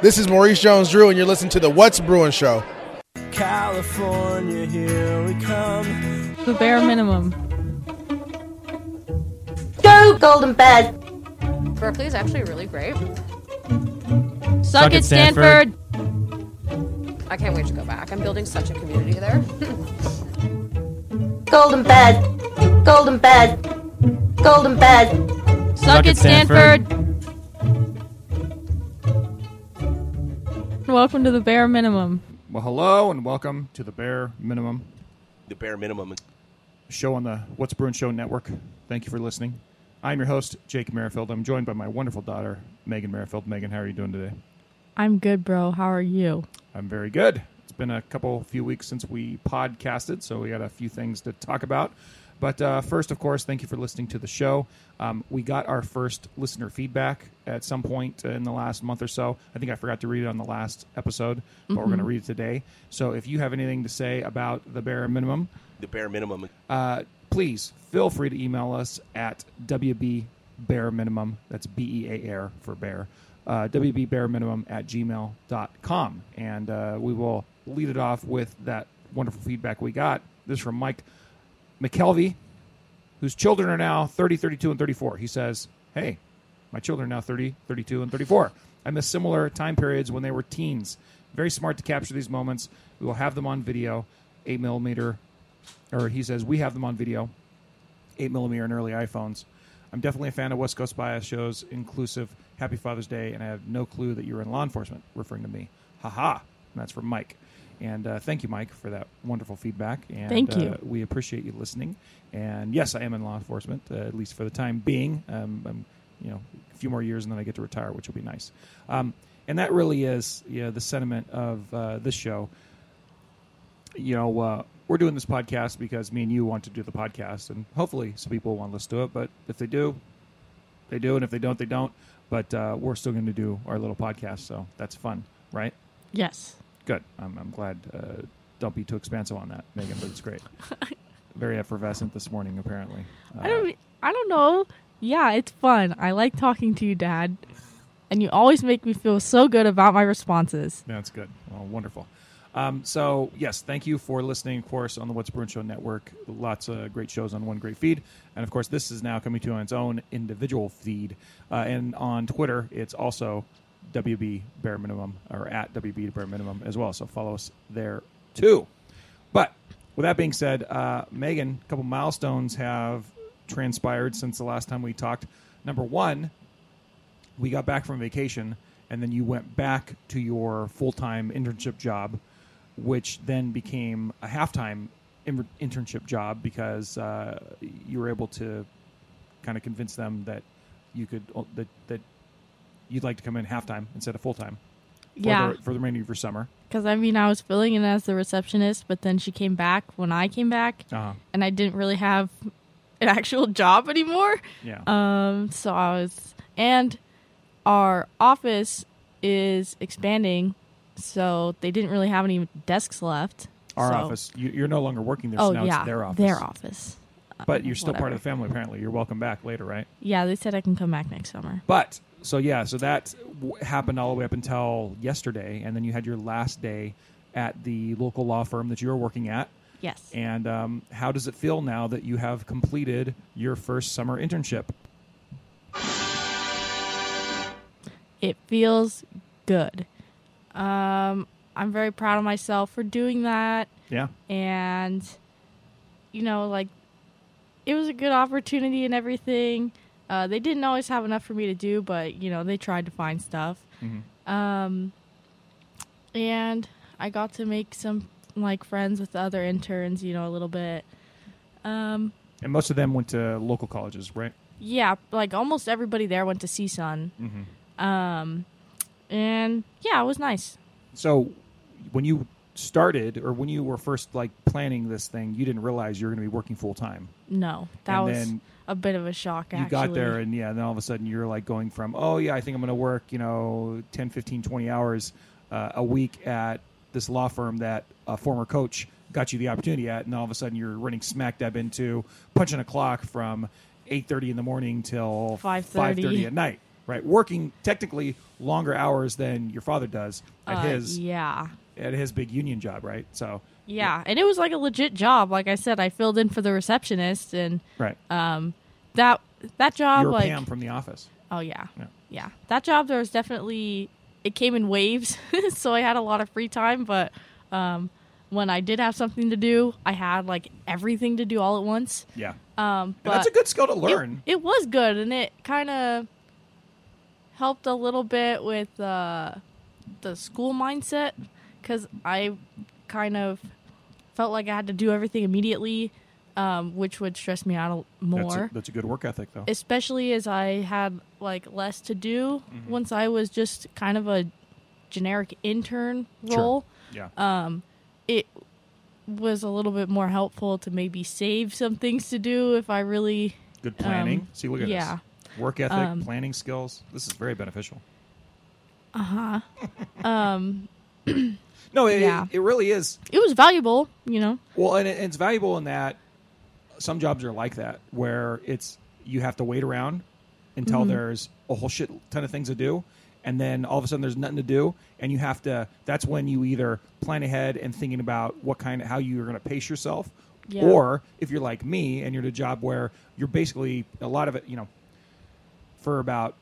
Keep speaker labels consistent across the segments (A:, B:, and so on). A: This is Maurice Jones Drew, and you're listening to the What's Brewing Show.
B: California, here we come.
C: The bare minimum.
D: Go, Golden Bears!
E: Berkeley is actually really great.
C: Suck,
F: it, Stanford.
E: I can't wait to go back. I'm building such a community there.
D: Golden Bears! Golden Bears! Golden Bears!
C: Suck it, Stanford. Welcome to the bare minimum.
F: Well, hello and welcome to the Bare Minimum
G: the bare minimum.
F: show on the What's Brewing Show Network. Thank you for listening. I'm your host, Jake Merrifield. I'm joined by my wonderful daughter, Megan Merrifield. Megan, how are you doing today?
C: I'm good, bro. How are you?
F: I'm very good. It's been a couple few weeks since we podcasted, so we got a few things to talk about. But uh, first, of course, thank you for listening to the show. Um, we got our first listener feedback at some point in the last month or so. I think I forgot to read it on the last episode, but we're going to read it today. So if you have anything to say about the bare minimum,
G: The bare minimum.
F: uh, please feel free to email us at WB Bare Minimum. That's B E A R for bear. Uh, WB Bare Minimum at gmail.com. And uh, we will lead it off with that wonderful feedback we got. This is from Mike McKelvey, whose children are now 30, 32, and 34. He says, Hey, my children are now 30, 32, and 34. I miss similar time periods when they were teens. Very smart to capture these moments. We will have them on video. 8 millimeter or he says we have them on video, eight millimeter and early iPhones. I'm definitely a fan of West Coast Bias shows, inclusive. Happy Father's Day, and I have no clue that you're in law enforcement, referring to me. Haha, and that's from Mike. And uh, thank you, Mike, for that wonderful feedback. And,
C: Thank you.
F: Uh, we appreciate you listening. And yes, I am in law enforcement, uh, at least for the time being. Um, I'm, you know, a few more years, and then I get to retire, which will be nice. Um, and that really is, you know, the sentiment of uh, this show you know, uh, we're doing this podcast because me and you want to do the podcast, and hopefully some people want to listen to it. But if they do, they do, and if they don't, they don't. But uh, we're still going to do our little podcast, so that's fun, right?
C: Yes.
F: Good. I'm, I'm glad. Uh, don't be too expansive on that, Megan, but it's great. Very effervescent this morning, apparently. Uh,
C: I don't. I don't know. Yeah, it's fun. I like talking to you, Dad, and you always make me feel so good about my responses.
F: That's good. Well, wonderful. Um, so, yes, thank you for listening, of course, on the What's Brewing Show Network. Lots of great shows on one great feed. And, of course, this is now coming to you on its own individual feed. Uh, and on Twitter, it's also WB Bare Minimum or at WB Bare Minimum as well. So follow us there too. But with that being said, uh, Megan, a couple milestones have transpired since the last time we talked. Number one, we got back from vacation and then you went back to your full-time internship job which then became a half-time in- internship job because uh, you were able to kind of convince them that you could that, that you'd like to come in half-time instead of full-time for,
C: yeah,
F: the, for the remainder of your summer
C: because I mean, I was filling in as the receptionist, but then she came back when I came back,
F: uh-huh.
C: and I didn't really have an actual job anymore.
F: yeah
C: Um, so I was, and our office is expanding, so they didn't really have any desks left.
F: our
C: so-
F: office you, you're no longer working there so
C: Oh
F: now
C: yeah,
F: it's their office
C: Their office.
F: but you're still part
C: Whatever.
F: of the family apparently you're welcome back later right
C: Yeah, they said I can come back next summer.
F: But so yeah, so that w- happened all the way up until yesterday, and then you had your last day at the local law firm that you were working at.
C: Yes.
F: And um, how does it feel now that you have completed your first summer internship?
C: it feels good. Um, I'm very proud of myself for doing that.
F: Yeah,
C: and you know like it was a good opportunity and everything uh, they didn't always have enough for me to do but you know they tried to find stuff
F: Mm-hmm.
C: um, and i got to make some like friends with the other interns you know a little bit um,
F: and most of them went to local colleges, right?
C: yeah like almost everybody there went to csun
F: Mm-hmm.
C: um, and yeah it was nice
F: So when you started, or when you were first like planning this thing, you didn't realize you were going to be working full time.
C: no that
F: And
C: was
F: then
C: a bit of a shock
F: you
C: actually
F: got there and yeah then all of a sudden you're like going from oh yeah i think i'm going to work you know 10 15 20 hours uh, a week at this law firm that a former coach got you the opportunity at and all of a sudden you're running smack dab into punching a clock from 8.30 in the morning till
C: 5:30.
F: 5:30 at night right? Working technically longer hours than your father does at
C: Uh,
F: his
C: yeah.
F: at his big union job, right? So
C: Yeah, and it was like a legit job. Like I said, I filled in for the receptionist, and
F: right,
C: um, that that job,
F: you're
C: like,
F: Pam from The Office.
C: oh yeah,
F: Yeah.
C: yeah, that job there was definitely it came in waves, so I had a lot of free time. But um, when I did have something to do, I had like everything to do all at once.
F: Yeah,
C: Um, but
F: and that's a good skill to
C: it-
F: learn.
C: It, was good, and it kind of helped a little bit with uh, the school mindset because I kind of felt like I had to do everything immediately, um, which would stress me out a, l-
F: that's,
C: more.
F: a, that's a good work ethic, though.
C: Especially as I had like less to do
F: Mm-hmm.
C: once I was just kind of a generic intern
F: Sure.
C: role
F: yeah,
C: it was a little bit more helpful to maybe save some things to do if I really
F: good planning.
C: um,
F: See, look at
C: yeah.
F: this work ethic,
C: Um,
F: planning skills. This is very beneficial.
C: Uh-huh. um
F: No, it,
C: Yeah.
F: it, it really is.
C: it was valuable, you know.
F: Well, and it- it's valuable in that some jobs are like that, where it's you have to wait around until
C: Mm-hmm.
F: there's a whole shit ton of things to do, and then all of a sudden there's nothing to do, and you have to. That's when you either plan ahead and thinking about what kind of how you're going to pace yourself,
C: Yeah.
F: or if you're like me and you're at a job where you're basically a lot of it, you know, for about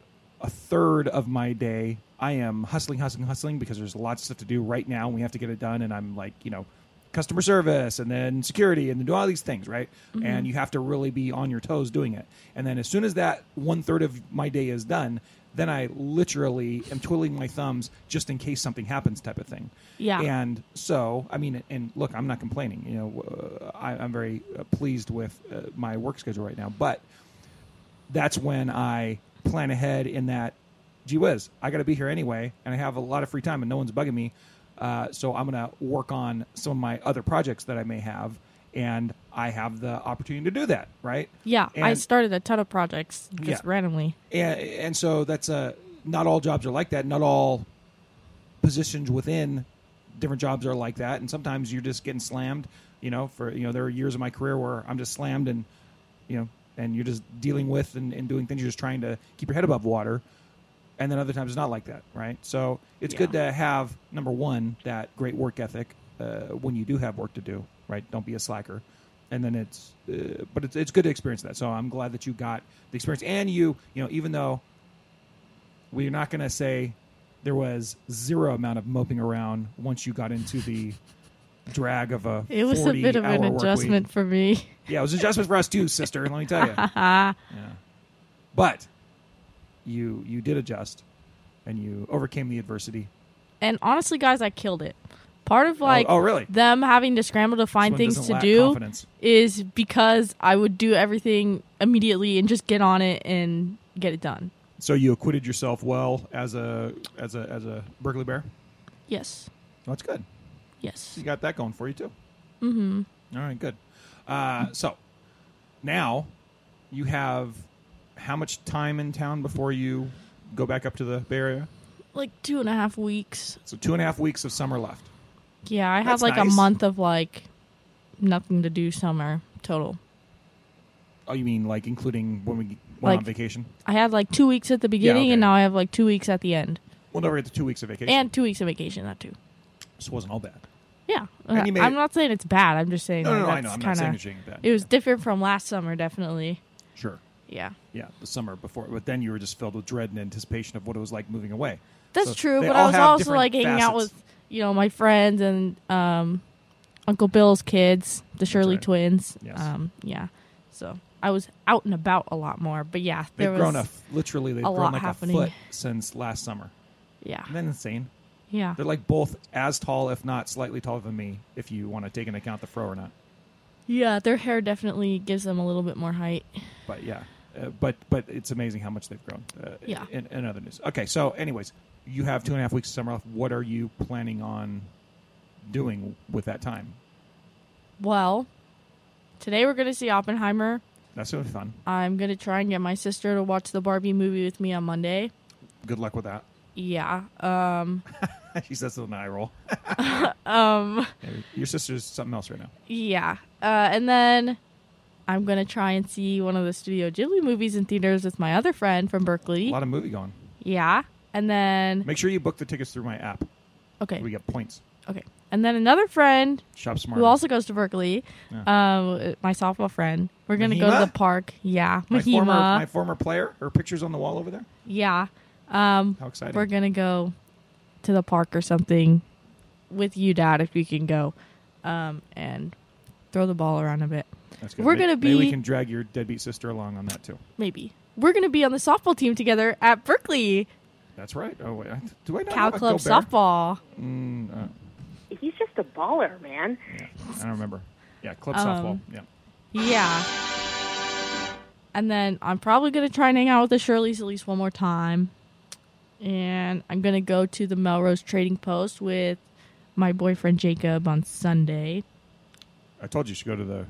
F: a third of my day. I am hustling, hustling, hustling because there's lots of stuff to do right now. And we have to get it done, and I'm like, you know, customer service and then security and then do all these things, right? And you have to really be on your toes doing it. And then as soon as that one third of my day is done, then I literally am twiddling my thumbs just in case something happens, type of thing.
C: Yeah.
F: And so, I mean, and look, I'm not complaining. You know, uh, I, I'm very uh, pleased with uh, my work schedule right now, but that's when I plan ahead in that, gee whiz, I got to be here anyway, and I have a lot of free time and no one's bugging me. Uh, so I'm going to work on some of my other projects that I may have, and I have the opportunity to do that, right?
C: Yeah, I
F: And-
C: started a ton of projects just
F: Yeah.
C: randomly.
F: and, and so that's a not all jobs are like that not all positions within different jobs are like that and sometimes you're just getting slammed you know for you know there are years of my career where i'm just slammed and you know and you're just dealing with and, and doing things you're just trying to keep your head above water and then other times it's not like that right so it's good to have number one that great work ethic uh, when you do have work to do right don't be a slacker and then it's uh, but it's, it's good to experience that so i'm glad that you got the experience and you you know even though we're not going to say there was zero amount of moping around once you got into the drag of a
C: It was a
F: 40
C: bit of an
F: hour work week.
C: adjustment for me.
F: Yeah, it was an adjustment for us too, sister. Let me tell you. yeah. But you you did adjust, and you overcame the adversity.
C: And honestly, guys, I killed it. Part of like
F: oh, really?
C: them having to scramble to find
F: one
C: things
F: doesn't
C: to
F: lack
C: do
F: confidence.
C: is because I would do everything immediately and just get on it and get it done.
F: So you acquitted yourself well as a as a as a Berkeley Bear.
C: Yes.
F: That's good.
C: Yes.
F: You got that going for you too. Mm-hmm. right, good. Uh, so now you have how much time in town before you go back up to the Bay Area?
C: Like two and a half weeks.
F: So two and a half weeks of summer left.
C: Yeah, I had
F: That's
C: like
F: nice.
C: a month of like nothing to do summer total.
F: Oh, you mean like including when we went on
C: Like-
F: vacation?
C: I had like two weeks at the beginning,
F: okay.
C: and now I have like two weeks at the end,
F: We'll never get to two weeks of vacation.
C: and two weeks of vacation. That too.
F: this wasn't all bad.
C: Yeah,
F: And you made
C: I'm
F: it-
C: not saying it's bad. I'm just saying
F: No, no,
C: that
F: no, I know.
C: that's
F: I'm not
C: kinda,
F: saying it's anything bad.
C: It was different from last summer, definitely.
F: Sure.
C: Yeah,
F: Yeah, the summer before, but then you were just filled with dread and anticipation of what it was like moving away.
C: that's
F: So
C: true.
F: they
C: But
F: all
C: I was
F: have
C: also
F: different
C: like hanging out
F: facets.
C: with you know my friends and um, Uncle Bill's kids, the Shirley
F: right.
C: twins.
F: Yes.
C: Um, yeah, so I was out and about a lot more. But yeah,
F: They've
C: there was
F: grown a f- literally they've
C: a
F: grown
C: lot
F: like
C: happening.
F: a foot since last summer.
C: yeah,
F: Isn't that insane?
C: yeah.
F: They're like both as tall, if not slightly taller than me, if you want to take into account the fro or not.
C: Yeah, their hair definitely gives them a little bit more height.
F: But yeah, uh, but but it's amazing how much they've grown. Uh,
C: Yeah.
F: In, in other news, okay. So, anyways, you have two and a half weeks of summer off. What are you planning on doing with that time?
C: Well, today we're going to see Oppenheimer.
F: That's gonna be fun.
C: I'm going to try and get my sister to watch the Barbie movie with me on Monday.
F: Good luck with that.
C: Yeah. Um
F: she says with an eye roll.
C: um
F: Your sister's something else right now.
C: yeah. Uh and then I'm gonna try and see one of the Studio Ghibli movies in theaters with my other friend from
F: A
C: Berkeley.
F: lot of movie going.
C: Yeah, and then
F: Make sure you book the tickets through my app.
C: okay,
F: We get points.
C: okay, and then another friend
F: Shop smart.
C: who also goes to Berkeley, um, my softball friend. We're gonna go
F: Mahima?
C: to the park. Yeah,
F: my
C: Mahima.
F: former my former player. Her picture's on the wall over there.
C: yeah, um,
F: How exciting!
C: we're gonna go to the park or something with you, Dad, if we can go, um, and throw the ball around a bit.
F: That's
C: we're
F: May-
C: gonna
F: Maybe
C: be-
F: we can drag your deadbeat sister along on that too.
C: Maybe we're gonna be on the softball team together at Berkeley
F: That's right. Oh wait, I- do I not
C: Cow
F: have a
C: Club
F: Go Bear?
C: softball.
H: He's just a baller, man.
F: I don't remember. Yeah, club softball.
C: Um,
F: Yeah.
C: Yeah. And then I'm probably going to try and hang out with the Shirley's at least one more time. And I'm going to go to the Melrose Trading Post with my boyfriend Jacob on Sunday.
F: I told you you should go to the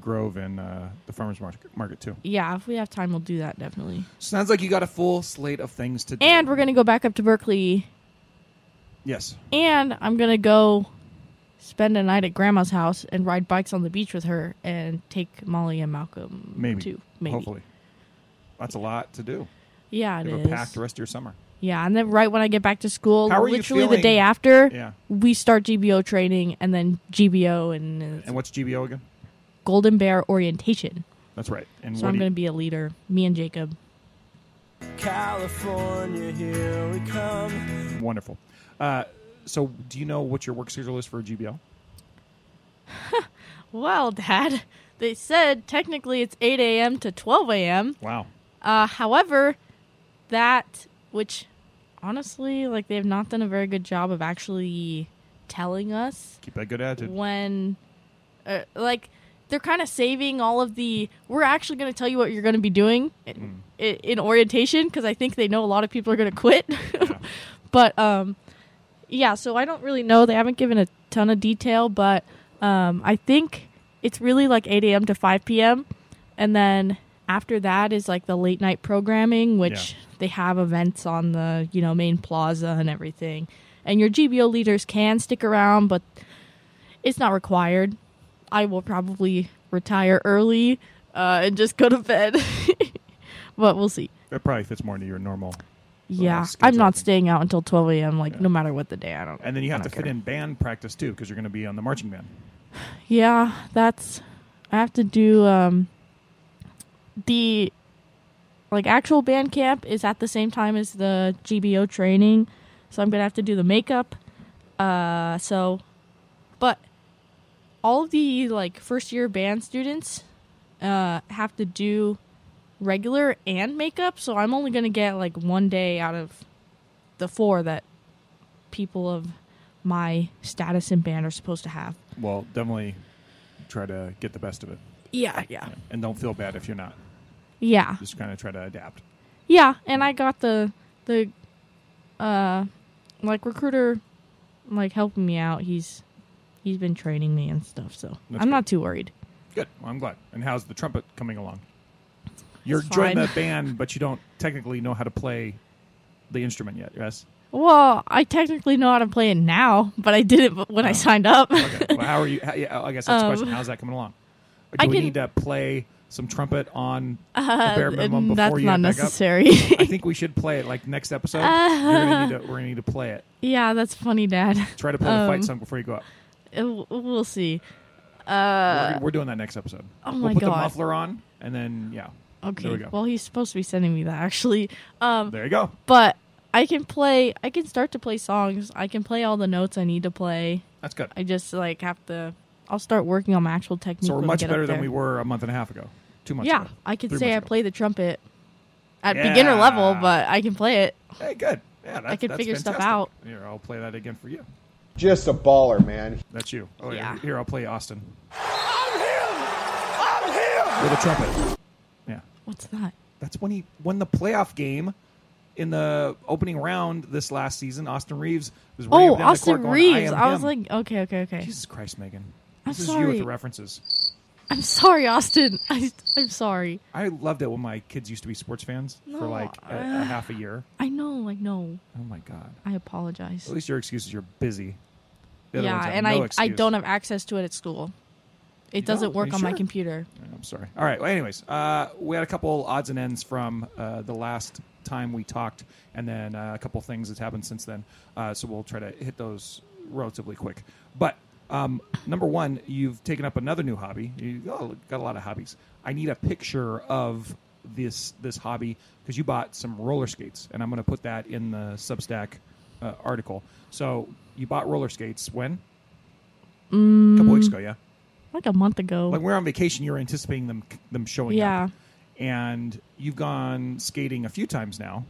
F: Grove and uh, the farmers market, market too.
C: Yeah, if we have time, we'll do that definitely.
F: Sounds like you got a full slate of things to do.
C: And we're going to go back up to Berkeley.
F: yes,
C: And I'm going to go spend a night at grandma's house and ride bikes on the beach with her and take Molly and Malcolm
F: maybe
C: too. Maybe.
F: hopefully. That's a lot to do.
C: Yeah, it
F: You
C: is.
F: have a packed rest of your summer.
C: Yeah, and then right when I get back to school,
F: How are you
C: literally the
F: feeling?
C: day after,
F: Yeah.
C: we start GBO training and then GBO and, it's
F: And what's GBO again?
C: Golden Bear orientation.
F: That's right. And
C: So
F: what
C: I'm
F: do
C: going
F: you,
C: to be a leader, me and Jacob.
B: California, here we come.
F: wonderful. Uh, so do you know what your work schedule is for GBO?
C: Well, Dad, they said technically it's 8 a.m. to 12 a.m.
F: Wow.
C: Uh, however, that, which honestly, like they've not done a very good job of actually telling us
F: Keep that good attitude.
C: when uh, like they're kind of saving all of the we're actually going to tell you what you're going to be doing in, in, orientation because i think they know a lot of people are going to quit but um yeah so i don't really know they haven't given a ton of detail but um i think it's really like 8 a.m to 5 p.m and then after that is like the late night programming which they have events on the you know main plaza and everything and your gbo leaders can stick around but it's not required. I will probably retire early uh, and just go to bed, but we'll see.
F: That probably fits more into your normal.
C: Yeah,
F: schedule,
C: I'm
F: I
C: not
F: think.
C: staying out until 12 a.m. Like no matter what the day. I don't.
F: And then you have
C: I
F: to
C: don't
F: fit
C: care.
F: in band practice too because you're going to be on the marching band.
C: Yeah, that's. I have to do um. The, like actual band camp is at the same time as the GBO training, so I'm gonna have to do the makeup. Uh, so, but all of the like first year band students, uh, have to do regular and makeup. So I'm only gonna get like one day out of the four that people of my status in band are supposed to have.
F: Well, definitely try to get the best of it,
C: Yeah, yeah.
F: and don't feel bad if you're not.
C: Yeah.
F: Just kind of try to adapt.
C: Yeah, and I got the the uh like recruiter like helping me out. He's he's been training me and stuff, so
F: That's
C: I'm
F: good.
C: not too worried.
F: Good. Well, I'm glad. And how's the trumpet coming along? You're
C: It's
F: joining
C: fine.
F: the band, but you don't technically know how to play the instrument yet. Yes.
C: Well, I technically know how to play it now, but I did it b- when I signed up.
F: Oh. Okay. well, how are you? How, yeah, I guess that's the question.
C: Um,
F: How's that coming along? Do
C: I
F: we
C: can-
F: need to play some trumpet on the bare minimum
C: And
F: before
C: That's
F: you
C: not
F: back up?
C: necessary. Uh-huh.
F: I think we should play it like next episode. you're gonna need to, we're gonna need to play it.
C: yeah, that's funny, Dad.
F: Try to play the
C: Um,
F: fight song before you go up.
C: Uh, w- We'll see.
F: we're, we're doing that next episode.
C: uh, oh
F: we'll
C: my
F: put the
C: God.
F: muffler on, and then yeah.
C: Okay.
F: There we go.
C: Well, he's supposed to be sending me that actually. Um
F: there you go.
C: but I can play I can start to play songs. I can play all the notes I need to play.
F: That's good.
C: I just like have to. I'll start working on my actual technique.
F: So we're
C: when I
F: much
C: get up
F: better than
C: there.
F: we were a month and a half ago. Two months.
C: Yeah,
F: ago.
C: I could
F: Three
C: say I
F: months ago.
C: play the trumpet at beginner level,
F: Yeah.
C: but I can play it.
F: Hey, good. Yeah, that's,
C: could
F: that's
C: figure stuff
F: fantastic.
C: out.
F: Here, I'll play that again for you.
I: Just a baller, man.
F: That's you. Oh yeah.
C: Yeah.
F: Here, I'll play Austin. I'm here. I'm here. With a trumpet. Yeah,
C: What's that?
F: that's when he won the playoff game. In the opening round this last season, Austin Reeves was running
C: Oh,
F: up and down the court
C: Austin
F: going,
C: Reeves.
F: am
C: I, was
F: him."
C: like, okay, okay, okay.
F: Jesus Christ, Megan.
C: I'm
F: This is you with
C: sorry.
F: the references.
C: I'm sorry, Austin. I, I'm sorry.
F: I loved it when my kids used to be sports fans for
C: No,
F: like a, a
C: uh,
F: half a year.
C: I know, I know.
F: Oh my god.
C: I apologize.
F: At least your excuse is you're busy. The other
C: Yeah,
F: ones have
C: and
F: no
C: I I
F: excuse.
C: don't have access to it at school. It doesn't
F: don't? Are
C: work
F: you
C: on my
F: sure?
C: computer.
F: I'm sorry. All right. Well, anyways, uh, we had a couple odds and ends from uh, the last time we talked, and then uh, a couple things that's happened since then. Uh, so we'll try to hit those relatively quick. But um, number one, you've taken up another new hobby. You oh, got a lot of hobbies. I need a picture of this this hobby because you bought some roller skates, and I'm going to put that in the Substack uh, article. So you bought roller skates when? A couple weeks ago, yeah
C: Like a month ago.
F: like we're on vacation, you're anticipating them them showing
C: Yeah.
F: up. And you've gone skating a few times now.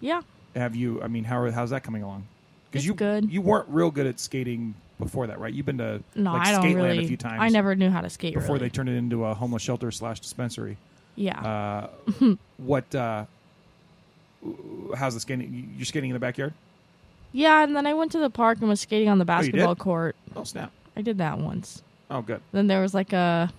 C: yeah.
F: Have you? I mean, how are, how's that coming along?
C: It's
F: you
C: good.
F: you weren't real good at skating before that, right? You've been to
C: No,
F: like
C: I don't
F: Skateland
C: really.
F: a few times.
C: I never knew how to skate
F: before
C: really.
F: they turned it into a homeless shelter slash dispensary.
C: Yeah.
F: Uh, what? Uh, how's the skating? You're skating in the backyard?
C: yeah, and then I went to the park and was skating on the
F: you did?
C: basketball court.
F: Oh snap!
C: I did that once.
F: Oh good.
C: Then there was like a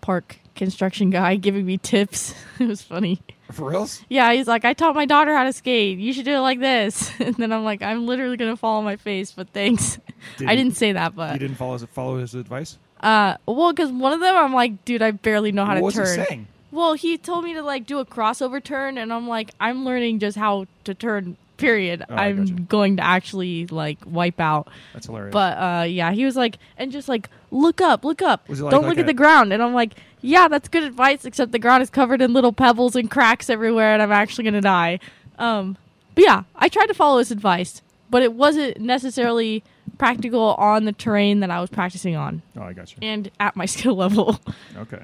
C: park construction guy giving me tips. it was funny.
F: For reals?
C: Yeah, he's like, I taught my daughter how to skate. You should do it like this. And then I'm like, I'm literally gonna fall on my face, but thanks.
F: Did
C: I
F: he-
C: didn't say that,
F: You
C: but
F: didn't follow his, follow his advice.
C: uh, well, because one of them, I'm like, dude, I barely know how
F: what
C: to
F: was
C: turn.
F: he saying?
C: Well, he told me to like do a crossover turn, and I'm like, I'm learning just how to turn. Period.
F: Oh, I
C: I'm
F: gotcha.
C: going to actually like wipe out.
F: That's hilarious.
C: But uh, yeah, he was like, and just like look up, look up.
F: Was it like-
C: Don't
F: like
C: look
F: a-
C: at the ground. And I'm like, yeah, that's good advice. Except the ground is covered in little pebbles and cracks everywhere, and I'm actually gonna die. Um, but yeah, I tried to follow his advice, but it wasn't necessarily practical on the terrain that I was practicing on
F: oh, I got you.
C: and at my skill level.
F: Okay.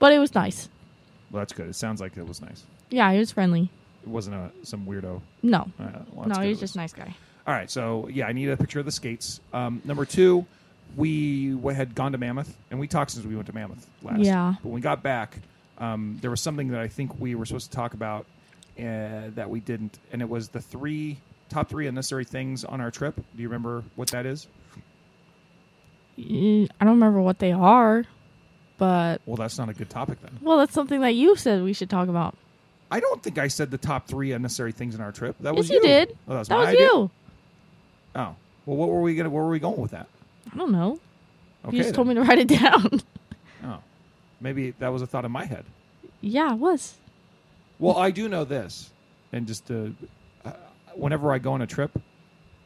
C: but it was nice.
F: Well, that's good. It sounds like it was nice.
C: Yeah, he was friendly.
F: It wasn't a, some weirdo.
C: No,
F: Uh, well, that's
C: no,
F: good
C: he was
F: at
C: just
F: least.
C: a nice guy.
F: All right, so yeah, I need a picture of the skates. Um, number two, we w- had gone to Mammoth, and we talked since we went to Mammoth last.
C: Yeah.
F: But when we got back, um, there was something that I think we were supposed to talk about uh, that we didn't, and it was the three top three unnecessary things on our trip. Do you remember what that is?
C: Mm, I don't remember what they are, but
F: Well, that's not a good topic then.
C: well, that's something that you said we should talk about.
F: I don't think I said the top three unnecessary things in our trip. That was
C: Yes, you, did.
F: Oh, that was,
C: that
F: my
C: was
F: idea?
C: you.
F: Oh, well, what were we gonna? Where were we going with that?
C: I don't know.
F: Okay,
C: you just
F: then.
C: told me to write it down.
F: Oh, maybe that was a thought in my head.
C: yeah, it was.
F: Well, I do know this, and just to, uh, whenever I go on a trip,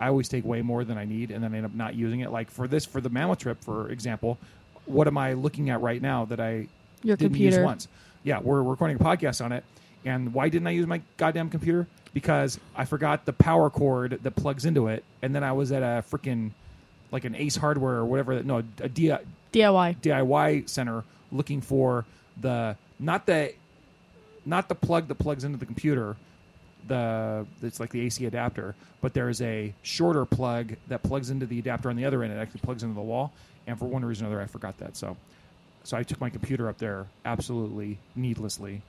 F: I always take way more than I need, and then I end up not using it. Like for this, for the mammoth trip, for example, what am I looking at right now that I
C: Your
F: didn't
C: computer.
F: use once? Yeah, we're recording a podcast on it, and why didn't I use my goddamn computer? Because I forgot the power cord that plugs into it, and then I was at a freaking like an Ace Hardware or whatever. No, a D-
C: DIY.
F: DIY center looking for the not the not the plug that plugs into the computer. The it's like the AC adapter, but there is a shorter plug that plugs into the adapter on the other end. It actually plugs into the wall, and for one reason or another, I forgot that. So, so I took my computer up there absolutely needlessly.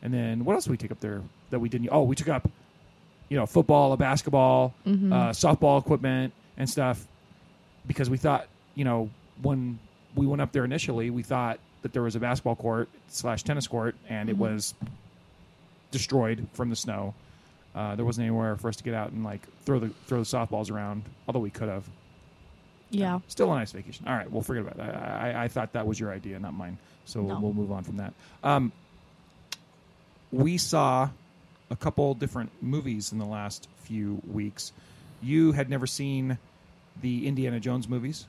F: And then what else did we take up there that we didn't? Oh, we took up, you know, football, a basketball, uh, softball equipment and stuff because we thought, you know, when we went up there initially, we thought that there was a basketball court slash tennis court, and it was destroyed from the snow. Uh, there wasn't anywhere for us to get out and like throw the throw the softballs around, although we could have.
C: Yeah.
F: Still a nice vacation. All right, we'll forget about that. I, I, I thought that was your idea, not mine. So
C: No.
F: we'll move on from that. Um, we saw a couple different movies in the last few weeks. You had never seen the Indiana Jones movies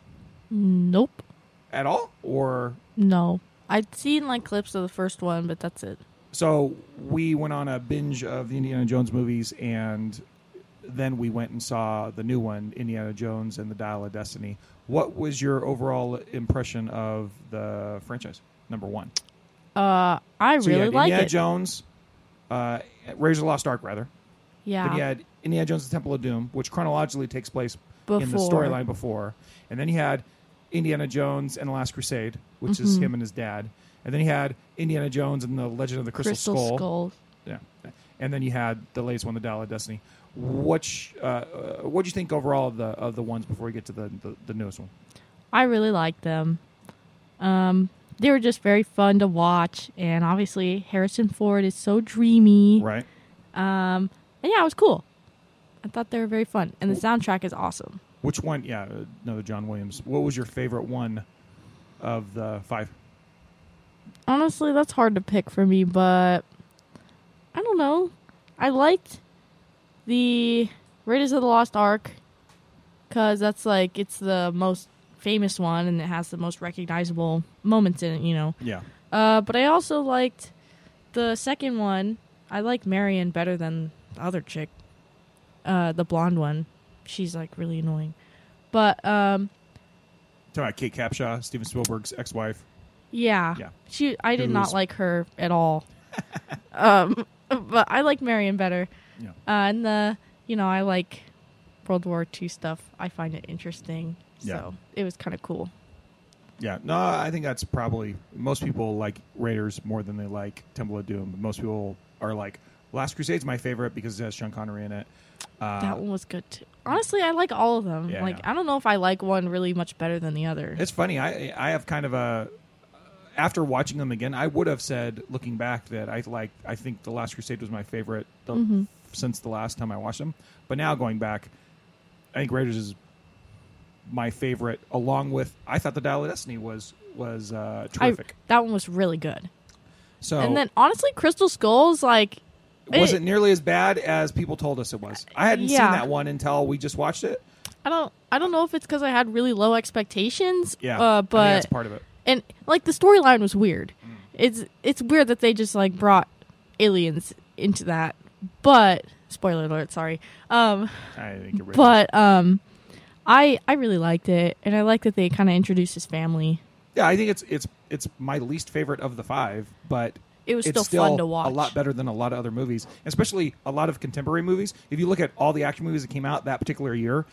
C: Nope.
F: at all, or
C: No. I'd seen like clips of the first one, but that's it.
F: so we went on a binge of the Indiana Jones movies, and then we went and saw the new one, Indiana Jones and the Dial of Destiny. What was your overall impression of the franchise? Number one,
C: Uh, I
F: so you
C: really
F: had
C: like
F: Indiana
C: it.
F: Jones, uh, Raiders of the Lost Ark, rather. Then
C: yeah.
F: you had Indiana Jones: and The Temple of Doom, which chronologically takes place in the
C: Before.
F: storyline before, and then you had Indiana Jones and the Last Crusade, which is
C: Mm-hmm.
F: him and his dad, and then you had Indiana Jones and the Legend of the Crystal,
C: Crystal
F: Skull.
C: Skull.
F: yeah, and then you had the latest one, the Dial of Destiny. Which, uh, uh, what do you think overall of the of the ones before we get to the the, the newest one?
C: I really liked them. Um, they were just very fun to watch, and obviously Harrison Ford is so dreamy.
F: Right.
C: Um, and yeah, it was cool. I thought they were very fun, and the soundtrack is awesome.
F: Which one? Yeah, uh, another John Williams. What was your favorite one of the five?
C: Honestly, that's hard to pick for me, but I don't know. I liked the Raiders of the Lost Ark because that's like it's the most famous one and it has the most recognizable moments in it, you know.
F: Yeah.
C: Uh, but I also liked the second one. I like Marion better than the other chick, uh, the blonde one. She's like really annoying, but um,
F: Talking about Kate Capshaw, Steven Spielberg's ex-wife.
C: yeah,
F: Yeah.
C: she. I did not
F: Who's-
C: like her at all. um, but I like Marion better.
F: Yeah.
C: Uh, and the you know I like World War II stuff. I find it interesting.
F: Yeah.
C: So it was kind of cool.
F: Yeah, no, I think that's probably most people like Raiders more than they like Temple of Doom. Most people are like Last Crusade's my favorite because it has Sean Connery in it. Uh,
C: that one was good too. Honestly, I like all of them.
F: Yeah,
C: like
F: yeah.
C: I don't know if I like one really much better than the other.
F: It's funny. I I have kind of a after watching them again, I would have said looking back that I like I think The Last Crusade was my favorite the,
C: Mm-hmm.
F: since the last time I watched them. But now going back, I think Raiders is my favorite along with I thought The Dial of Destiny was was uh,
C: I-
F: terrific.
C: that one was really good.
F: so
C: And then honestly, Crystal Skulls like
F: it wasn't
C: it-
F: nearly as bad as people told us it was. I hadn't seen
C: Yeah.
F: that one until we just watched it.
C: I don't I don't know if it's because I had really low expectations.
F: Yeah, I
C: Uh,
F: think
C: but
F: that's part of it.
C: and like the storyline was weird. It's it's weird that they just like brought aliens into that. But spoiler alert, sorry. Um,
F: I think it really
C: but um, I I really liked it, and I like that they kind of introduced his family.
F: Yeah, I think it's it's it's my least favorite of the five, but
C: It was
F: it's
C: still fun to watch.
F: A lot better than a lot of other movies, especially a lot of contemporary movies. If you look at all the action movies that came out that particular year,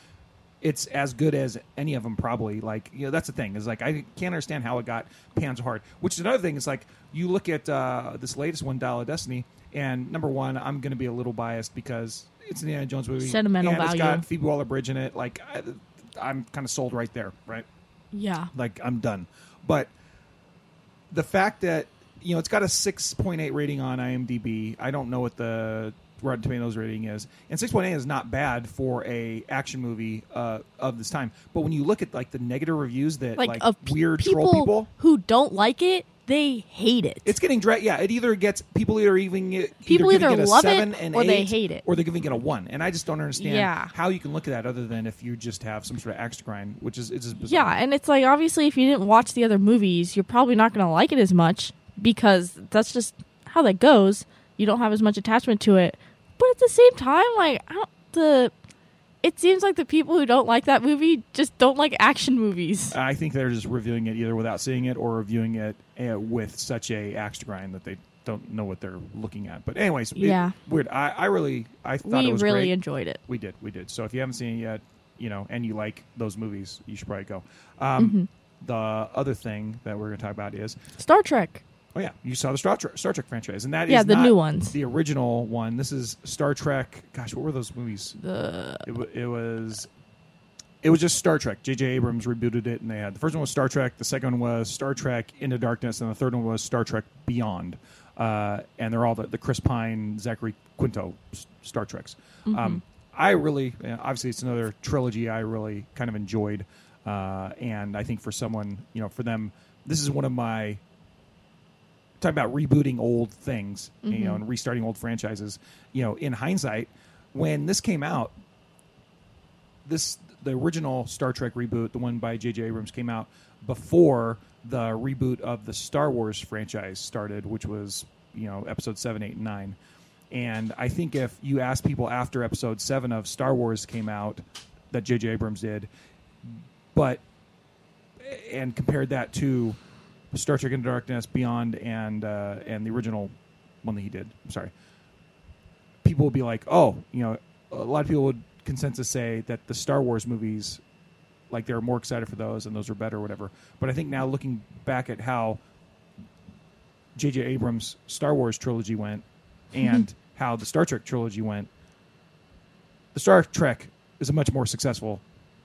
F: it's as good as any of them probably. Like you know, that's the thing is like I can't understand how it got pans hard. Which is another thing is like you look at uh, this latest one, Dial of Destiny, and number one, I'm going to be a little biased because it's an Indiana Jones movie,
C: Sentimental
F: and It's
C: value.
F: got Phoebe Waller-Bridge in it. Like I, I'm kind of sold right there, right?
C: Yeah,
F: like I'm done. But the fact that you know it's got a 6.8 rating on IMDb, I don't know what the Rotten Tomatoes rating is, and 6.8 is not bad for a action movie uh, of this time. But when you look at like the negative reviews that like,
C: like, of pe-
F: weird
C: people
F: troll people.
C: who don't like it, they hate it.
F: It's getting dra- yeah. It either gets people either even it,
C: People
F: either, giving
C: either
F: it a
C: love it
F: seven and
C: or they
F: eight,
C: hate it.
F: or they're giving it a one, and I just don't understand
C: Yeah.
F: how you can look at that other than if you just have some sort of axe to grind, which is it's just bizarre.
C: yeah, and it's like obviously if you didn't watch the other movies, you're probably not going to like it as much because that's just how that goes. You don't have as much attachment to it. But at the same time, like I don't, the it seems like the people who don't like that movie just don't like action movies.
F: I think they're just reviewing it either without seeing it or reviewing it uh, with such a axe to grind that they don't know what they're looking at. But anyways, it-
C: Yeah.
F: weird. I, I really I thought
C: We
F: it was
C: really
F: great.
C: enjoyed it.
F: we did, we did. So if you haven't seen it yet, you know, and you like those movies, you should probably go.
C: Mm-hmm.
F: Um, The other thing that we're going to talk about is
C: Star Trek.
F: Oh yeah, you saw the Star Trek, Star Trek franchise, and that is
C: Yeah, the
F: not
C: new ones.
F: the original one. This is Star Trek. Gosh, what were those movies? it, wa- it was, it was just Star Trek. J.J. Abrams rebooted it, and they had the first one was Star Trek, the second one was Star Trek Into Darkness, and the third one was Star Trek Beyond. Uh, and they're all the, the Chris Pine, Zachary Quinto s- Star Treks.
C: Mm-hmm.
F: Um, I really, you know, obviously, it's another trilogy I really kind of enjoyed, uh, and I think for someone, you know, for them, this is one of my talking about rebooting old things, you know, and restarting old franchises. You know, in hindsight, when this came out, this the original Star Trek reboot, the one by J.J. Abrams, came out before the reboot of the Star Wars franchise started, which was you know Episode seven, eight, and nine. And I think if you ask people after Episode seven of Star Wars came out, that J.J. Abrams did, but and compared that to Star Trek Into Darkness, Beyond, and uh, and the original one that he did. I'm sorry, people would be like, oh, you know, a lot of people would consensus say that the Star Wars movies, like they're more excited for those and those are better or whatever. But I think now looking back at how J.J. Abrams' Star Wars trilogy went and how the Star Trek trilogy went, the Star Trek is a much more successful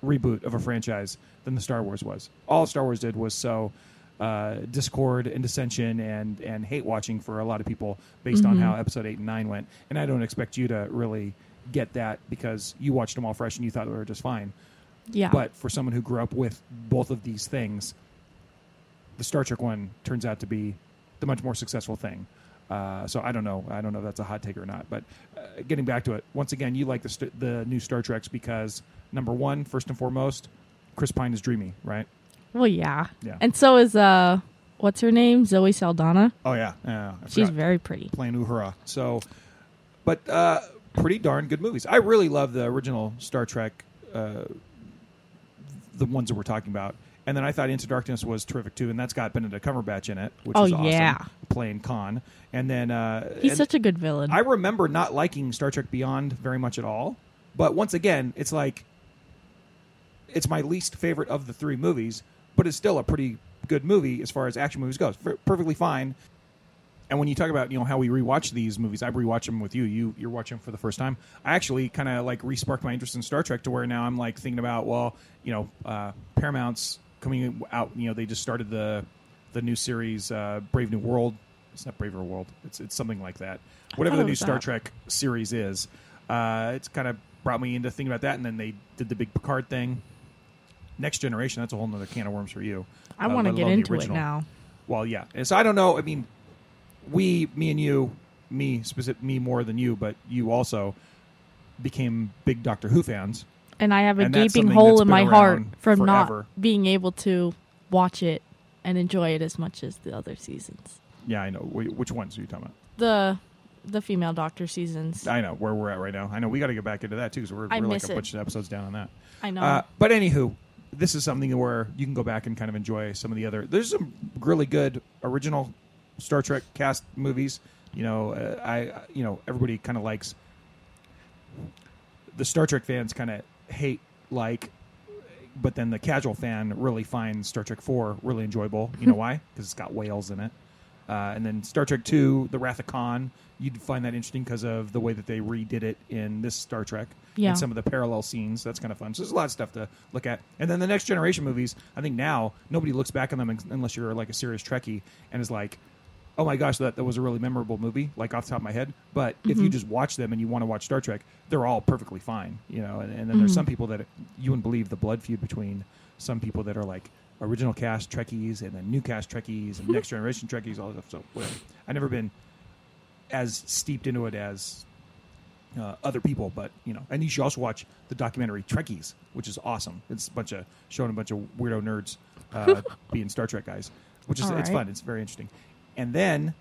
F: reboot of a franchise than the Star Wars was. All Star Wars did was sow uh, discord and dissension and and hate watching for a lot of people based on how episode 8 and 9 went and I don't expect you to really get that because you watched them all fresh and you thought they were just fine
C: Yeah.
F: but for someone who grew up with both of these things the Star Trek one turns out to be the much more successful thing. Uh, so I don't know. I don't know if that's a hot take or not. But uh, getting back to it, once again, you like the st- the new Star Treks because number one, first and foremost, Chris Pine is dreamy, right?
C: Well, yeah.
F: Yeah.
C: And so is uh, what's her name? Zoe Saldana.
F: Oh yeah, yeah. I
C: She's
F: forgot.
C: very pretty.
F: playing Uhura. So, but uh, pretty darn good movies. I really love the original Star Trek, uh, the ones that we're talking about. And then I thought Into Darkness was terrific too, and that's got Benedict Cumberbatch in it, which
C: Oh,
F: is awesome.
C: yeah.
F: Playing Khan, and then uh,
C: He's
F: and-
C: such a good villain.
F: I remember not liking Star Trek Beyond very much at all. But once again, it's like it's my least favorite of the three movies, but it's still a pretty good movie as far as action movies goes. F- perfectly fine. And when you talk about you know how we rewatch these movies, I rewatch them with you. You you're watching them for the first time. I actually kind of like resparked my interest in Star Trek to where now I'm like thinking about well you know uh, Paramount's coming out. You know they just started the the new series uh, Brave New World. It's not Brave New World. It's it's something like that. Whatever
C: thought
F: the
C: it
F: new
C: was
F: Star
C: Oh, that.
F: Trek series is, uh, it's kind of brought me into thinking about that. And then they did the big Picard thing. Next Generation. That's a whole nother can of worms for you.
C: I
F: uh,
C: want to
F: let
C: get
F: alone the
C: into it
F: original.
C: now.
F: Well, yeah. And so I don't know. I mean, we, me and you, me specific, me more than you, but you also became big Doctor Who fans.
C: And I have a
F: And that's
C: gaping
F: something
C: hole
F: that's
C: in
F: been
C: my heart
F: around
C: from
F: forever.
C: not being able to watch it and enjoy it as much as the other seasons.
F: Yeah, I know. Wh- Which ones are you talking about?
C: The the female doctor seasons.
F: I know where we're at right now. I know we got to get back into that too. So we're,
C: I
F: we're like
C: miss
F: a
C: it.
F: bunch of episodes down on that.
C: I know.
F: Uh, but anywho, this is something where you can go back and kind of enjoy some of the other. There's some really good original Star Trek cast movies. You know, uh, I you know everybody kind of likes the Star Trek fans kind of hate like, but then the casual fan really finds Star Trek Four really enjoyable. You know why? Because it's got whales in it. Uh, and then Star Trek Two, The Wrath of Khan, you'd find that interesting because of the way that they redid it in this Star Trek
C: Yeah.
F: and some of the parallel scenes. That's kind of fun. So there's a lot of stuff to look at. And then the Next Generation movies, I think now nobody looks back on them ex- unless you're like a serious Trekkie and is like, oh my gosh, that, that was a really memorable movie, like off the top of my head. But if you just watch them and you want to watch Star Trek, they're all perfectly fine, you know. And, and then there's some people that you wouldn't believe the blood feud between some people that are like original cast Trekkies and then new cast Trekkies and next generation Trekkies, all that stuff. So whatever. I've never been as steeped into it as uh, other people, but you know, and you should also watch the documentary Trekkies, which is awesome. It's a bunch of showing a bunch of weirdo nerds uh, being Star Trek guys, which is
C: All
F: it's
C: right.
F: fun. It's very interesting. And then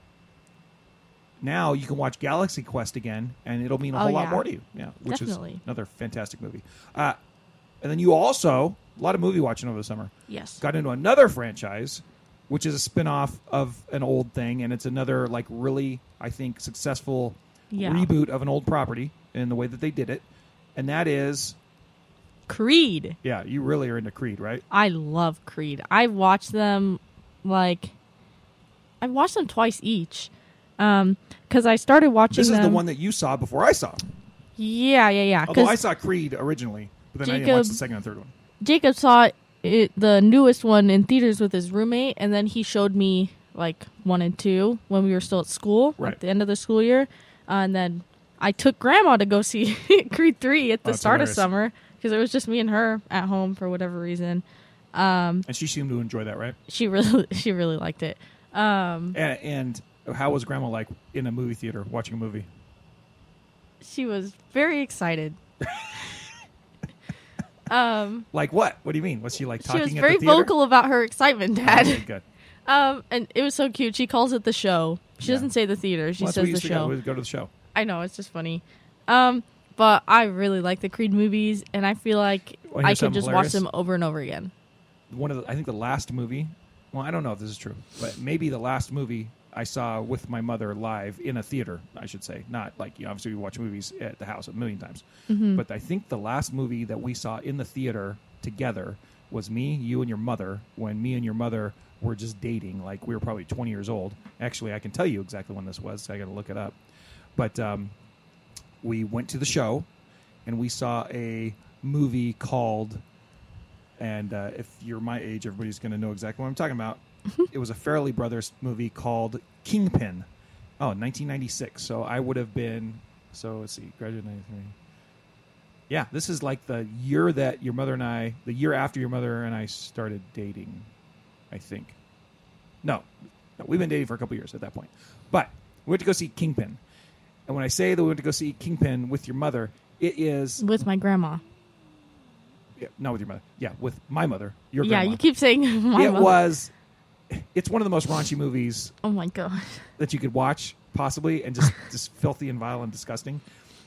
F: now you can watch Galaxy Quest again, and it'll mean a
C: Oh,
F: whole lot
C: yeah.
F: more to you. Yeah, which is
C: Definitely.
F: another fantastic movie. Uh, and then you also a lot of movie watching over the summer
C: yes.
F: got into another franchise which is a spin-off of an old thing and it's another like really i think successful
C: Yeah.
F: reboot of an old property in the way that they did it and that is
C: Creed.
F: yeah you really are into creed right
C: I love Creed. I watched them like I watched them twice each. Um, 'cause cuz I started watching
F: this is the
C: them-
F: one that you saw before i saw
C: Yeah, yeah, yeah.
F: although i
C: Cuz
F: saw creed originally but then i didn't watch
C: Jacob-
F: the second and third one
C: Jacob saw it, the newest one in theaters with his roommate and then he showed me like 1 and 2 when we were still at school
F: Right.
C: at the end of the school year. Uh, and then I took grandma to go see Creed 3 at the
F: Oh, it's
C: start
F: hilarious.
C: of summer cuz it was just me and her at home for whatever reason.
F: and she seemed to enjoy that right
C: She really she really liked it.
F: and, and how was grandma like in a movie theater watching a movie
C: She was very excited.
F: like what what do you mean was she like
C: she
F: talking
C: was
F: at
C: very
F: the theater? Oh
C: vocal about her excitement,
F: Okay,
C: Dad.
F: good
C: um, and it was so cute. She calls it the show. She
F: Yeah.
C: doesn't say the theater. She
F: Well, that's what
C: says
F: we
C: the
F: used to go-
C: show.
F: we would go to the show
C: I know it's just funny. Um, but I really like the Creed movies, and I feel like
F: Wanna
C: I
F: hear
C: could
F: something
C: just
F: hilarious?
C: watch them over and over again.
F: one of the, I think the last movie. Well, I don't know if this is true, but maybe the last movie I saw with my mother live in a theater. I should say, not like you know, obviously we watch movies at the house a million times,
C: Mm-hmm.
F: but I think the last movie that we saw in the theater together was me, you, and your mother. When me and your mother were just dating, like we were probably twenty years old. Actually, I can tell you exactly when this was. I got to look it up, but um, we went to the show and we saw a movie called and uh, if you're my age everybody's going to know exactly what i'm talking about
C: Mm-hmm.
F: it was a fairley brothers movie called kingpin oh 1996 so i would have been so let's see graduated 93 yeah this is like the year that your mother and i the year after your mother and i started dating i think No, no, we've been dating for a couple years at that point. But we went to go see Kingpin, and when I say that we went to go see Kingpin with your mother, it is
C: with my grandma.
F: yeah, not with your mother. Yeah, with my mother. Your
C: Mm. yeah,
F: grandma.
C: you keep saying my
F: it
C: mother.
F: was. It's one of the most raunchy movies
C: Oh my god.
F: that you could watch possibly, and just just filthy and vile and disgusting.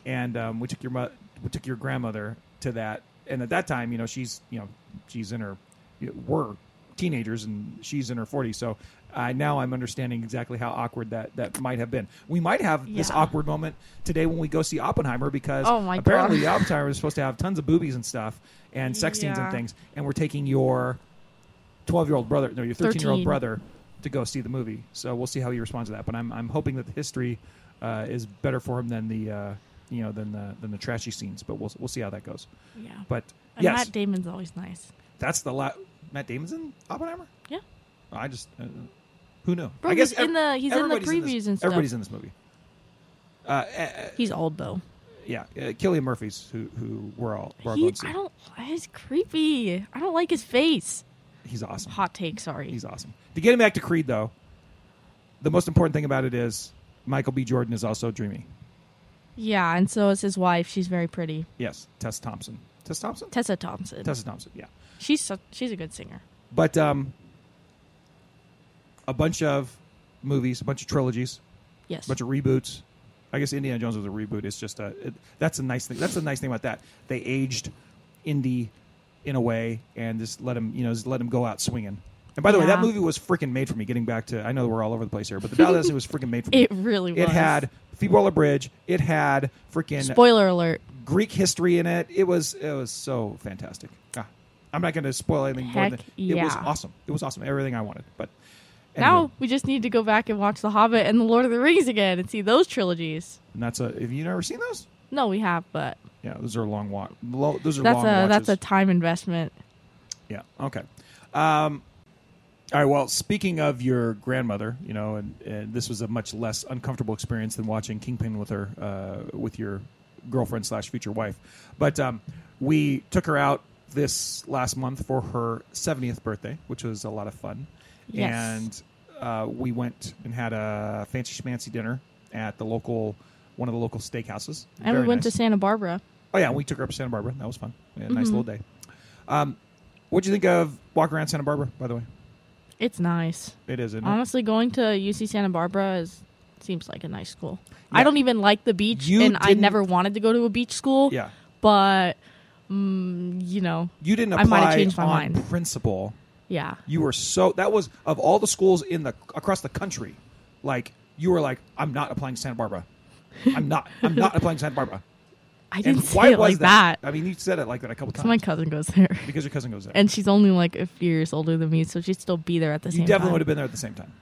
F: And um, we took your mo- we took your grandmother to that, and at that time, you know, she's you know she's in her you know, we're teenagers and she's in her 40s so I now i'm understanding exactly how awkward that that might have been we might have this
C: Yeah.
F: awkward moment today when we go see oppenheimer because
C: Oh my
F: apparently
C: God.
F: oppenheimer is supposed to have tons of boobies and stuff and sex scenes and
C: Yeah.
F: things and we're taking your 12 year old brother, no, your 13 year old
C: 13.
F: brother to go see the movie. So we'll see how he responds to that. But I'm, I'm hoping that the history uh, is better for him than the, uh, you know, than the, than the trashy scenes. But we'll, we'll see how that goes.
C: Yeah.
F: But
C: And
F: yes,
C: Matt Damon's always nice.
F: that's the la- Matt Damon's in Oppenheimer.
C: Yeah.
F: I just, uh, who knew?
C: Bro,
F: I guess
C: he's in the- he's in the
F: everybody's
C: previews
F: this,
C: and stuff.
F: Everybody's in this movie. Uh, uh, uh,
C: He's old though.
F: yeah, uh, Killian Murphy's who who we're all we're all
C: He,
F: going to see.
C: I don't. He's creepy. I don't like his face.
F: He's awesome.
C: Hot take. Sorry.
F: He's awesome. To get him back to Creed, though, the most important thing about it is Michael B. Jordan is also dreamy.
C: yeah, and so is his wife. She's very pretty.
F: Yes, Tess Thompson. Tess Thompson.
C: Tessa Thompson.
F: Tessa Thompson. Yeah,
C: She's so, she's a good singer.
F: but um, a bunch of movies, a bunch of trilogies,
C: Yes.
F: a bunch of reboots. I guess Indiana Jones was a reboot. It's just a it, that's a nice thing. That's a nice thing about that. They aged Indy in a way and just let him, you know, just let him go out swinging. And by the way, that
C: Yeah.
F: movie was freaking made for me. Getting back to, I know we're all over the place here, but the Valley was freaking made for me.
C: It really
F: It
C: was.
F: had Feebwaller Bridge. It had freaking
C: Spoiler alert.
F: Greek history in it. It was it was so fantastic. Ah, I'm not going to spoil anything more
C: Heck
F: than it was
C: yeah.
F: awesome. It was awesome. Everything I wanted. But anyway,
C: Now we just need to go back and watch The Hobbit and The Lord of the Rings again and see those trilogies.
F: and that's a. Have you never seen those?
C: No, we have, but
F: Yeah, those are long walk. Lo, those are
C: that's
F: long
C: a
F: watches.
C: that's a time investment.
F: yeah. Okay. Um, all right. Well, speaking of your grandmother, you know, and, and this was a much less uncomfortable experience than watching Kingpin with her, uh, with your girlfriend slash future wife. But um, we took her out this last month for her 70th birthday, which was a lot of fun.
C: Yes.
F: And uh, we went and had a fancy schmancy dinner at the local, one of the local steakhouses.
C: And
F: Very
C: we went
F: nice.
C: to Santa Barbara.
F: Oh yeah, we took her up to Santa Barbara. That was fun. We had a nice little day.
C: Mm-hmm.
F: Um, what'd you think of walk around Santa Barbara? By the way,
C: It's nice.
F: it is. Isn't it?
C: Honestly, going to UC Santa Barbara is seems like a nice school.
F: Yeah.
C: I don't even like the beach,
F: You
C: and I
F: didn't-
C: never wanted to go to a beach school.
F: Yeah,
C: but mm, you know,
F: you didn't
C: I might have
F: apply
C: changed my
F: on
C: mind.
F: principle.
C: yeah,
F: You were so that was of all the schools in the across the country, like you were like, I'm not applying to Santa Barbara. I'm not. I'm not applying to Santa Barbara.
C: I
F: And
C: didn't say
F: why
C: it
F: was
C: like that.
F: I mean, you said it like that a couple
C: So
F: times
C: my cousin goes there,
F: because your cousin goes there.
C: and she's only like a few years older than me, so she'd still be there at the
F: you
C: same.
F: definitely
C: time.
F: would have been there at the same time.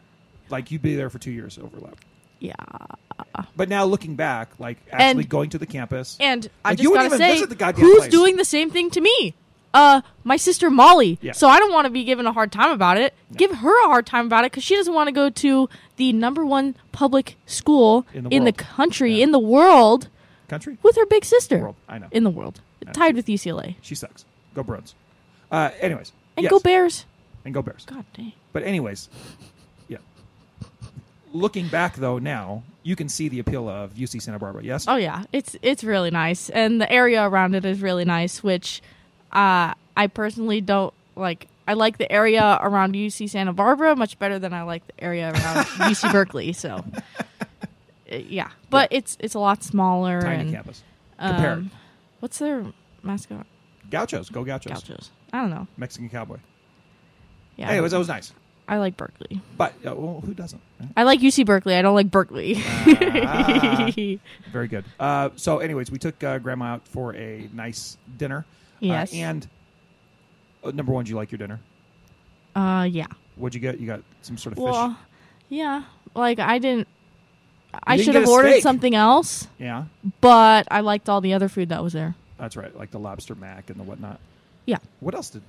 F: Like you'd be there for two years overlap.
C: Yeah,
F: But now looking back, like actually
C: And-
F: going to the campus
C: and I
F: Like,
C: just
F: you wouldn't
C: gotta
F: even
C: say,
F: visit the goddamn
C: who's
F: place.
C: doing the same thing to me? Uh, my sister Molly.
F: Yeah.
C: So I don't want to be given a hard time about it. Give her a hard time about it because she doesn't want to go to the number one public school
F: In the world.
C: country,
F: Yeah.
C: in the world,
F: country.
C: with her big sister.
F: World, I know.
C: In the world,
F: know.
C: tied with UCLA.
F: She sucks. Go Bruins. Uh, anyways,
C: And
F: yes.
C: go Bears.
F: And go Bears.
C: God dang.
F: But anyways, yeah. Looking back though, now you can see the appeal of UC Santa Barbara. Yes.
C: Oh yeah, it's it's really nice, and the area around it is really nice. Which uh, I personally don't like. I like the area around UC Santa Barbara much better than I like the area around UC Berkeley. So, uh, yeah, but it's it's a lot smaller.
F: Tiny
C: and
F: campus. Compare
C: um, what's their mascot?
F: it. Gauchos. Go Gauchos.
C: Gauchos. I don't know.
F: Mexican cowboy.
C: Yeah,
F: Anyways, that was nice.
C: I like Berkeley.
F: But uh, well, who doesn't? right?
C: I like UC Berkeley. I don't like Berkeley.
F: Ah. Very good. Uh, so, anyways, we took uh, Grandma out for a nice dinner. Uh,
C: Yes.
F: and uh, number one, did you like your dinner?
C: uh, yeah.
F: What'd you get? You got some sort of
C: Well,
F: fish.
C: yeah. Like I didn't. I
F: didn't
C: should
F: get
C: have
F: a
C: ordered
F: steak.
C: something else.
F: Yeah,
C: but I liked all the other food that was there.
F: that's right. Like the lobster mac and the whatnot.
C: Yeah.
F: What else did?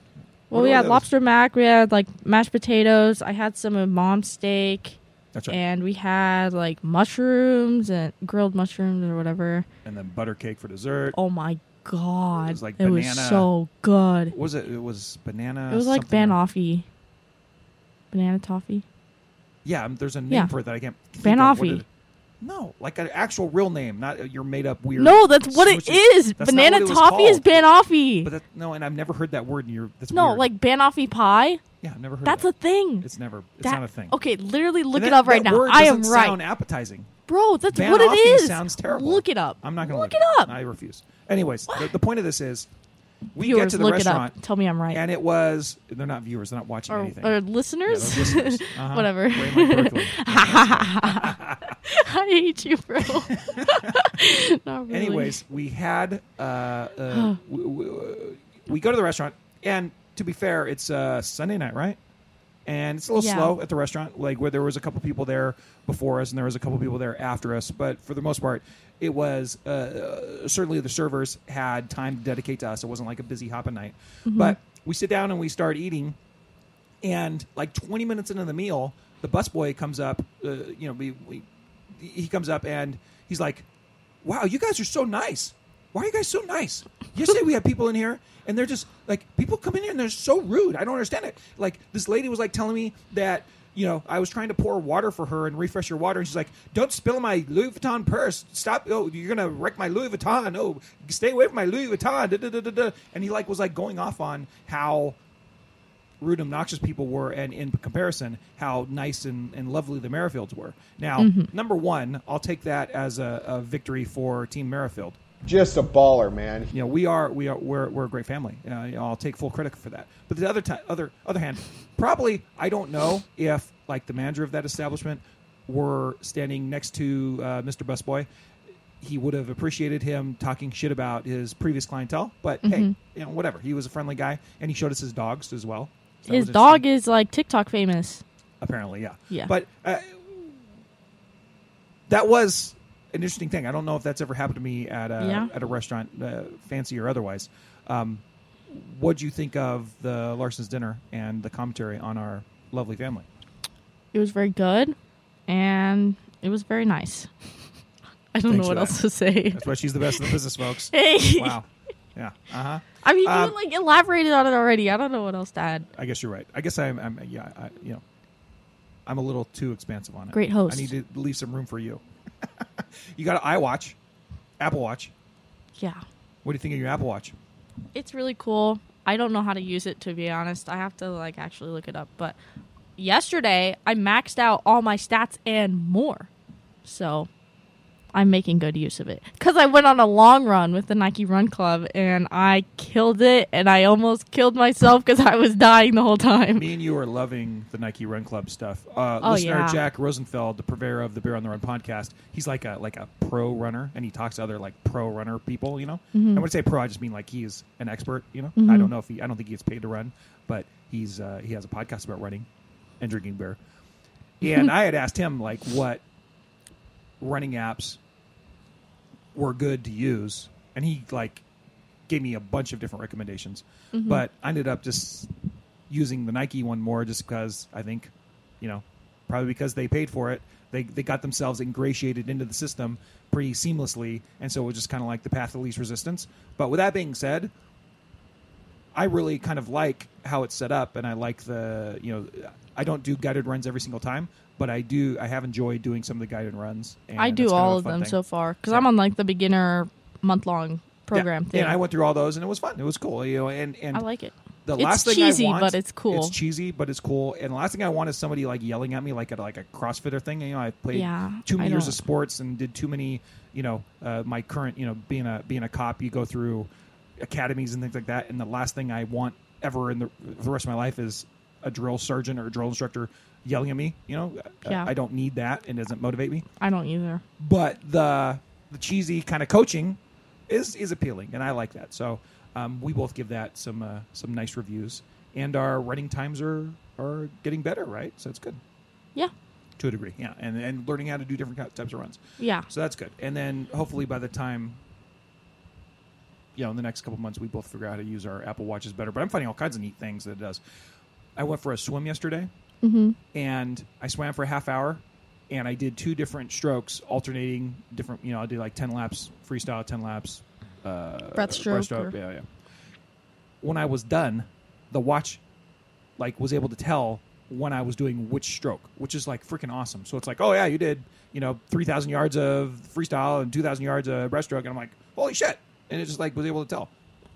C: Well,
F: what
C: we
F: were
C: had
F: those?
C: lobster mac, we had like mashed potatoes, I had some of mom's steak,
F: That's right.
C: and we had like mushrooms and grilled mushrooms or whatever.
F: and then butter cake for dessert.
C: Oh my god.
F: It was like banana- Uh,
C: so good.
F: Was it? It was banana.
C: it was like
F: something or-
C: banoffee. Banana toffee.
F: Yeah, um, there's a name
C: Yeah.
F: for it that I can't. think
C: Ben
F: of. What
C: Offee.
F: it- No, like an actual real name, not your made up weird.
C: No, that's what it
F: swishy-
C: is.
F: That's not
C: Banana
F: what it was
C: toffee is
F: called.
C: banoffee.
F: But that, no, and I've never heard that word in your. That's
C: no,
F: weird.
C: like banoffee pie.
F: yeah, I've never heard.
C: That's
F: that.
C: a thing.
F: It's never. It's
C: That-
F: not a thing.
C: Okay, literally look
F: And
C: it
F: that-
C: up right
F: that
C: now.
F: word
C: I am
F: doesn't
C: right,
F: Sound appetizing.
C: bro. That's
F: Van
C: what it
F: Offee
C: is.
F: Sounds terrible.
C: Look it up.
F: I'm not going to
C: look it up.
F: I refuse. Anyways, the, the point of this is, we get
C: Viewers,
F: to the
C: look it
F: restaurant.
C: up. Tell me I'm right.
F: And it was they're not viewers. They're not watching
C: or,
F: anything.
C: or
F: Yeah,
C: listeners,
F: they're listeners. Uh-huh.
C: whatever.
F: Raymond Berkeley.
C: I hate you, bro. Not Oh, really.
F: Anyways, we had uh, uh, we, we, we go to the restaurant, and to be fair, it's uh, Sunday night, right? And it's a little
C: Yeah.
F: slow at the restaurant, like where there was a couple people there before us, and there was a couple people there after us. But for the most part, it was uh, uh, certainly the servers had time to dedicate to us. It wasn't like a busy hopping night.
C: Mm-hmm.
F: But we sit down and we start eating, and like 20 minutes into the meal the busboy comes up uh, you know we, we, he comes up and he's like wow you guys are so nice why are you guys so nice yesterday we had people in here and they're just like people come in here and they're so rude i don't understand it like this lady was like telling me that you know i was trying to pour water for her and refresh your water and she's like don't spill my louis vuitton purse stop oh you're gonna wreck my louis vuitton oh stay away from my louis vuitton da, da, da, da, da. and he like was like going off on how rude and obnoxious people were, and in comparison, how nice and, and lovely the Merrifields were. Now, number one, I'll take that as a, a victory for Team Merrifield.
I: Just a baller, man.
F: You know, we are we are we're, we're a great family. Uh, you know, I'll take full credit for that. But the other ti other other hand, probably I don't know if like the manager of that establishment were standing next to uh, Mr. Busboy. He would have appreciated him talking shit about his previous clientele, but hey, you know, whatever. He was a friendly guy, and he showed us his dogs as well. So that
C: his
F: was interesting
C: dog is like TikTok famous.
F: apparently yeah
C: Yeah.
F: but uh, that was an interesting thing i don't know if that's ever happened to me at a,
C: Yeah.
F: at a restaurant uh, fancy or otherwise um, what do you think of the larson's dinner and the commentary on our lovely family
C: It was very good, and it was very nice. I don't
F: Thanks
C: know
F: for
C: what
F: that.
C: else to say.
F: that's why she's the best in the business folks
C: Hey,
F: wow yeah uh-huh
C: I mean,
F: Um,
C: you like elaborated on it already. I don't know what else to add.
F: i guess you're right i guess i'm, I'm yeah I, you know i'm a little too expansive on it
C: Great host.
F: i need to leave some room for you you got an iwatch apple watch
C: Yeah,
F: what do you think of your apple watch
C: it's really cool. I don't know how to use it to be honest. I have to like actually look it up. But yesterday, I maxed out all my stats and more, so I'm making good use of it. Cause I went on a long run with the Nike Run Club, and I killed it, and I almost killed myself because I was dying the whole time.
F: Me and you are loving the Nike Run Club stuff. Uh,
C: Oh,
F: listener
C: yeah.
F: Jack Rosenfeld, the purveyor of the Beer on the Run podcast, he's like a like a pro runner, and he talks to other like pro runner people. You know,
C: Mm-hmm.
F: and when I say pro, I just mean like he is an expert. You know, I don't know if he, I don't think he gets paid to run, but he's uh, he has a podcast about running and drinking beer. And I had asked him like what running apps were good to use, and he like gave me a bunch of different recommendations.
C: Mm-hmm.
F: But I ended up just using the Nike one more just because I think, you know, probably because they paid for it, they they got themselves ingratiated into the system pretty seamlessly, and so it was just kind of like the path of least resistance. But with that being said, I really kind of like how it's set up, and I like the you know, I don't do guided runs every single time, but I do. I have enjoyed doing some of the guided runs. And
C: I do
F: it's kind
C: all
F: a
C: of
F: fun
C: them
F: thing.
C: so far because
F: Yeah.
C: I'm on like the beginner month long
F: Yeah.
C: program thing.
F: And I went through all those, and it was fun. It was cool, you know. And and
C: I like it.
F: the
C: It's
F: last thing
C: cheesy,
F: I want,
C: but it's cool.
F: It's cheesy, but it's cool. And the last thing I want is somebody like yelling at me, like at like a CrossFitter thing. You know, I played
C: Yeah,
F: too many
C: I
F: years
C: don't-
F: of sports and did too many. You know, uh, my current, you know, being a being a cop, you go through academies and things like that. And the last thing I want ever in the, the rest of my life is a drill sergeant or a drill instructor yelling at me. You know, I-
C: Yeah.
F: I don't need that, and doesn't motivate me
C: I don't either.
F: but the the cheesy kind of coaching is is appealing, and I like that. So um, we both give that some uh, some nice reviews, and our running times are are getting better, right? So it's good
C: Yeah,
F: to a degree, yeah. And and learning how to do different ki- types of runs,
C: yeah.
F: so that's good. And then hopefully by the time you know in the next couple months we both figure out how to use our Apple watches better. But I'm finding all kinds of neat things that it does. I went for a swim yesterday, and I swam for a half hour, and I did two different strokes, alternating different. You know, I did like ten laps freestyle, ten laps uh,
C: Breaststroke
F: breaststroke,
C: or-
F: Yeah, yeah. When I was done, the watch like was able to tell when I was doing which stroke, which is like freaking awesome. So it's like, oh yeah, you did, you know, three thousand yards of freestyle and two thousand yards of breaststroke, and I'm like, holy shit! And it just like was able to tell.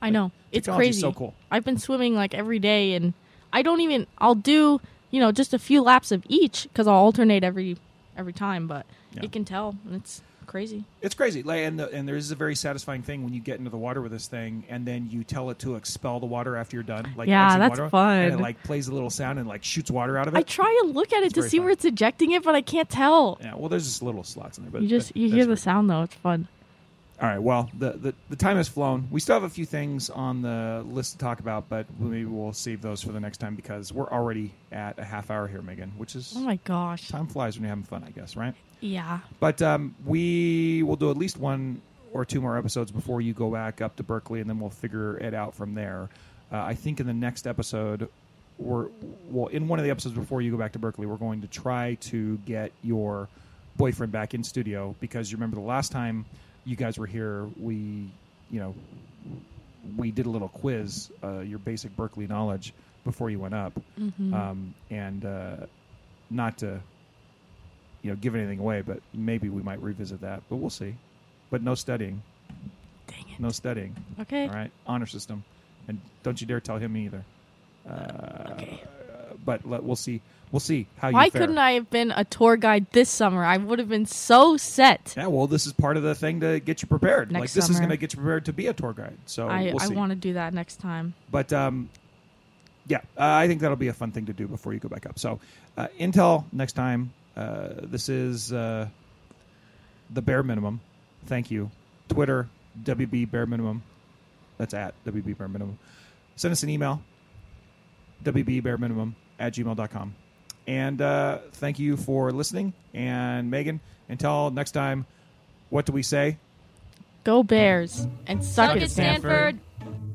C: I know. It's
F: Technology's
C: crazy.
F: so cool.
C: I've been swimming like every day and I don't even I'll do, you know, just a few laps of each cuz I'll alternate every every time, but
F: Yeah.
C: you can tell and it's crazy.
F: It's crazy, like, and the, and there is a very satisfying thing when you get into the water with this thing, and then you tell it to expel the water after you're done. Like
C: Yeah,
F: exit
C: that's
F: water,
C: fun.
F: And it like plays a little sound and like shoots water out of it.
C: I try and look at it to
F: very
C: see where
F: fun.
C: it's ejecting it, but I can't tell.
F: yeah, well, there's just little slots in there, but
C: You just
F: but
C: you
F: that's
C: hear
F: cool.
C: the sound though. It's fun.
F: All right. Well, the, the the time has flown. We still have a few things on the list to talk about, but maybe we'll save those for the next time because we're already at a half hour here, Megan. Which is
C: Oh my gosh.
F: time flies when you're having fun, I guess, right?
C: Yeah.
F: But um, we will do at least one or two more episodes before you go back up to Berkeley, and then we'll figure it out from there. Uh, I think in the next episode, we're well in one of the episodes before you go back to Berkeley, we're going to try to get your boyfriend back in studio because you remember the last time you guys were here, we you know we did a little quiz, uh, your basic Berkeley knowledge before you went up, um, and uh, not to you know give anything away, but maybe we might revisit that. But we'll see. But no studying. Dang it. No studying.
C: Okay.
F: All right. Honor system, and don't you dare tell him either.
C: Okay.
F: Uh, But let, we'll see. We'll see how
C: Why
F: you. fare.
C: couldn't I have been a tour guide this summer? I would have been so set.
F: Yeah, well, this is part of the thing to get you prepared.
C: Next
F: like this is
C: summer.
F: going to get you prepared to be a tour guide. So
C: I,
F: we'll
C: I
F: see.
C: want to do that next time.
F: But um, yeah, uh, I think that'll be a fun thing to do before you go back up. So uh, Intel next time. Uh, this is uh, the bare minimum. Thank you, Twitter WB bare minimum. That's at WB bare minimum. Send us an email WB bare minimum at gmail.com. And uh, thank you for listening. And Megan, until next time, what do we say?
C: Go Bears and suck,
E: Suck
C: it,
E: it,
C: Stanford.
E: Stanford.